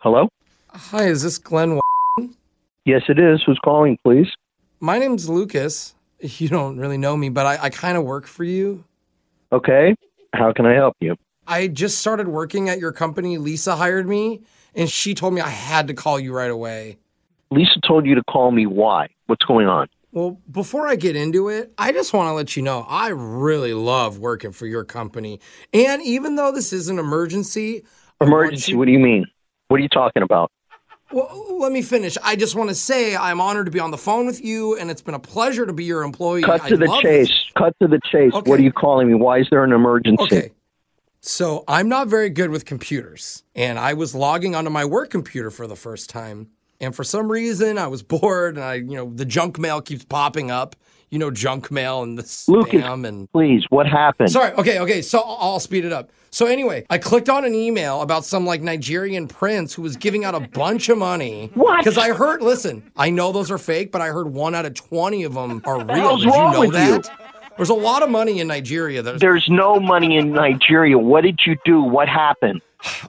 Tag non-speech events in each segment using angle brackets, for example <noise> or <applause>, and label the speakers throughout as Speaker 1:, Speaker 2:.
Speaker 1: Hello?
Speaker 2: Hi, is this Glenn? Wa-
Speaker 1: Yes, it is. Who's calling, please?
Speaker 2: My name's Lucas. <laughs> You don't really know me, but I, I kind of work for you.
Speaker 1: Okay. How can I help you?
Speaker 2: I just started working at your company. Lisa hired me, and she told me I had to call you right away.
Speaker 1: Lisa told you to call me. Why? What's going on?
Speaker 2: Well, before I get into it, I just want to let you know I really love working for your company. And even though this is an emergency, I want
Speaker 1: Emergency.
Speaker 2: you-
Speaker 1: What do you mean? What are you talking about?
Speaker 2: Well, let me finish. I just want to say I'm honored to be on the phone with you, and it's been a pleasure to be your employee.
Speaker 1: Cut
Speaker 2: I
Speaker 1: to the
Speaker 2: love
Speaker 1: chase. Cut to the chase.
Speaker 2: Okay.
Speaker 1: What are you calling me? Why is there an emergency?
Speaker 2: Okay. So I'm not very good with computers, and I was logging onto my work computer for the first time, and for some reason I was <laughs> bored, and I, you know, the junk mail keeps popping up, you know, junk mail and the
Speaker 1: Lucas.
Speaker 2: spam and.
Speaker 1: Please, what happened?
Speaker 2: Sorry. Okay. Okay. So I'll I'll speed it up. So anyway, I clicked on an email about some like Nigerian prince who was giving out a bunch of money.
Speaker 1: What?
Speaker 2: Because I heard. Listen, I know those are fake, but I heard one out of twenty of them are real.
Speaker 1: hell's
Speaker 2: Did you
Speaker 1: wrong
Speaker 2: know
Speaker 1: with you?
Speaker 2: that? There's a lot of money in Nigeria. There's
Speaker 1: There's no money in Nigeria. What did you do? What happened?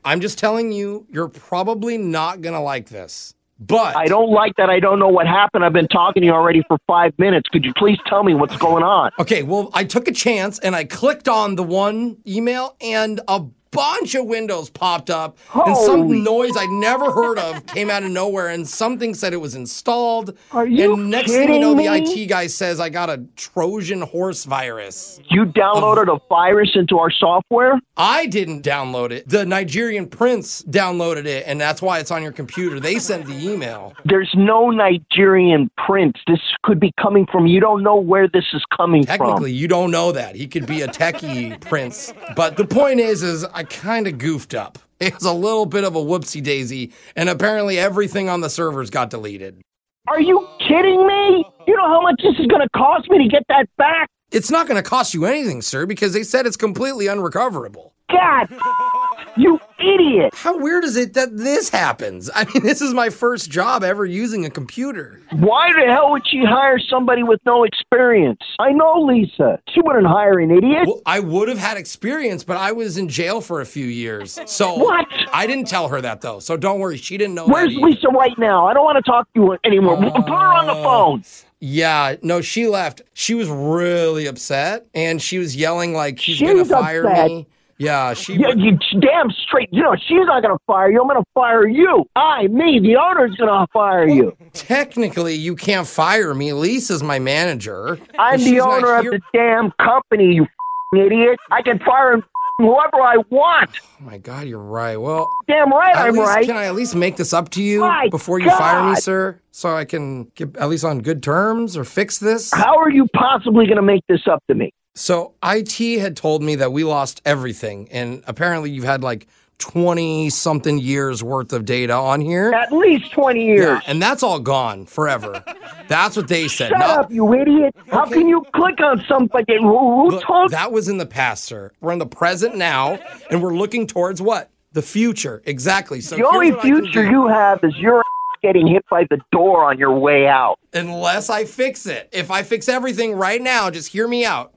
Speaker 2: I'm just telling you, you're probably not gonna like this. But
Speaker 1: I don't like that. I don't know what happened. I've been talking to you already for five minutes. Could you please tell me what's going on?
Speaker 2: Okay, well, I took a chance and I clicked on the one email and a bunch of windows popped up and
Speaker 1: Holy-
Speaker 2: some noise I'd never heard of came out of nowhere and something said it was installed.
Speaker 1: Are you
Speaker 2: and next thing you know,
Speaker 1: kidding
Speaker 2: the
Speaker 1: me?
Speaker 2: IT guy says I got a Trojan horse virus.
Speaker 1: You downloaded
Speaker 2: Um,
Speaker 1: a virus into our software?
Speaker 2: I didn't download it. The Nigerian prince downloaded it, and that's why it's on your computer. They sent the email.
Speaker 1: There's no Nigerian prince. This could be coming from. You don't know where this is coming
Speaker 2: Technically, you don't know that. He could be
Speaker 1: <laughs>
Speaker 2: a techie prince. But the point is, is I kind of goofed up. It was a little bit of a whoopsie daisy, and apparently everything on the servers got deleted.
Speaker 1: from. Are you kidding me? You know how much this is going to cost me to get that back?
Speaker 2: It's not going to cost you anything, sir, because they said it's completely unrecoverable.
Speaker 1: God, <laughs> you idiot.
Speaker 2: How weird is it that this happens? I mean, this is my first job ever using a computer.
Speaker 1: Why the hell would she hire somebody with no experience? I know Lisa. She wouldn't hire an idiot.
Speaker 2: Well, I would have had experience, but I was in jail for a few years. So
Speaker 1: What?
Speaker 2: I didn't tell her that though. So don't worry, she didn't know. that
Speaker 1: Where's
Speaker 2: either.
Speaker 1: Lisa right now? I don't want to talk to you anymore. Put her on the
Speaker 2: Oh.
Speaker 1: phone.
Speaker 2: Yeah, no, she left. She was really upset, and she was yelling like she's gonna
Speaker 1: She's
Speaker 2: fire
Speaker 1: upset.
Speaker 2: me. Yeah, she.
Speaker 1: You, you damn straight. You know, she's not going to fire you. I'm going to fire you. I, me, the owner's going to fire you.
Speaker 2: Technically, you can't fire me. Lisa's my manager. Oh
Speaker 1: I'm
Speaker 2: And
Speaker 1: the
Speaker 2: she's not
Speaker 1: owner of
Speaker 2: here-
Speaker 1: the damn company, you fing idiot. I can fire and fing whoever I want.
Speaker 2: Oh my God, you're right. Well,
Speaker 1: Damn right
Speaker 2: at
Speaker 1: I'm
Speaker 2: least,
Speaker 1: right.
Speaker 2: can I at least make this up to you
Speaker 1: My
Speaker 2: before you fire me,
Speaker 1: God.
Speaker 2: sir? So I can get at least on good terms or fix this.
Speaker 1: How are you possibly going to make this up to me?
Speaker 2: So IT had told me that we lost everything, and apparently you've had like twenty something years worth of data on here.
Speaker 1: At least 20 years.
Speaker 2: Yeah, and that's all gone forever. That's what they said.
Speaker 1: Shut
Speaker 2: No,
Speaker 1: up, you idiot. How
Speaker 2: Okay.
Speaker 1: can you click on somebody? Who, who
Speaker 2: look,
Speaker 1: told
Speaker 2: that was in the past, sir. We're in the present now, and we're looking towards what? The future. Exactly. So
Speaker 1: The only
Speaker 2: here's what I can
Speaker 1: future
Speaker 2: do,
Speaker 1: you have is your ass getting hit by the door on your way out.
Speaker 2: unless I fix it. If I fix everything right now, just hear me out.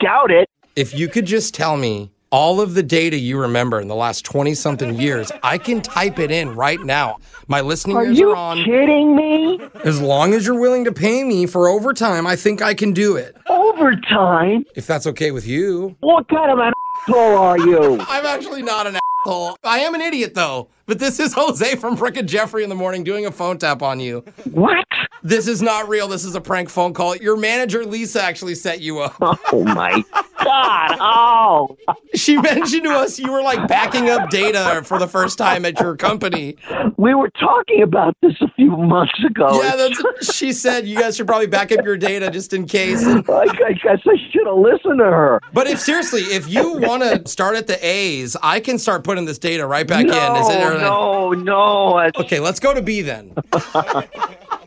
Speaker 1: Doubt it.
Speaker 2: If you could just tell me all of the data you remember in the last 20 something years, I can type it in right now. My listening
Speaker 1: Are
Speaker 2: ears
Speaker 1: you
Speaker 2: are on.
Speaker 1: kidding me?
Speaker 2: As long as you're willing to pay me for overtime, I think I can do it.
Speaker 1: Overtime?
Speaker 2: If that's okay with you.
Speaker 1: What kind of an asshole are you?
Speaker 2: I'm actually not an asshole. I am an idiot though. But this is Jose from Brick and Jeffrey in the morning doing a phone tap on you.
Speaker 1: What? <laughs>
Speaker 2: This is not real. This is a prank phone call. Your manager Lisa actually set you up.
Speaker 1: Oh my God. Oh.
Speaker 2: She <laughs> mentioned to us you were like backing up data for the first time at your company.
Speaker 1: We were talking about this a few months ago.
Speaker 2: Yeah, that's she said you guys should probably back up your data just in case.
Speaker 1: I, I guess I should have listened to her.
Speaker 2: But if seriously, if you want to start at the A's, I can start putting this data right back in. Is it
Speaker 1: no, no, no.
Speaker 2: Okay, let's go to B then.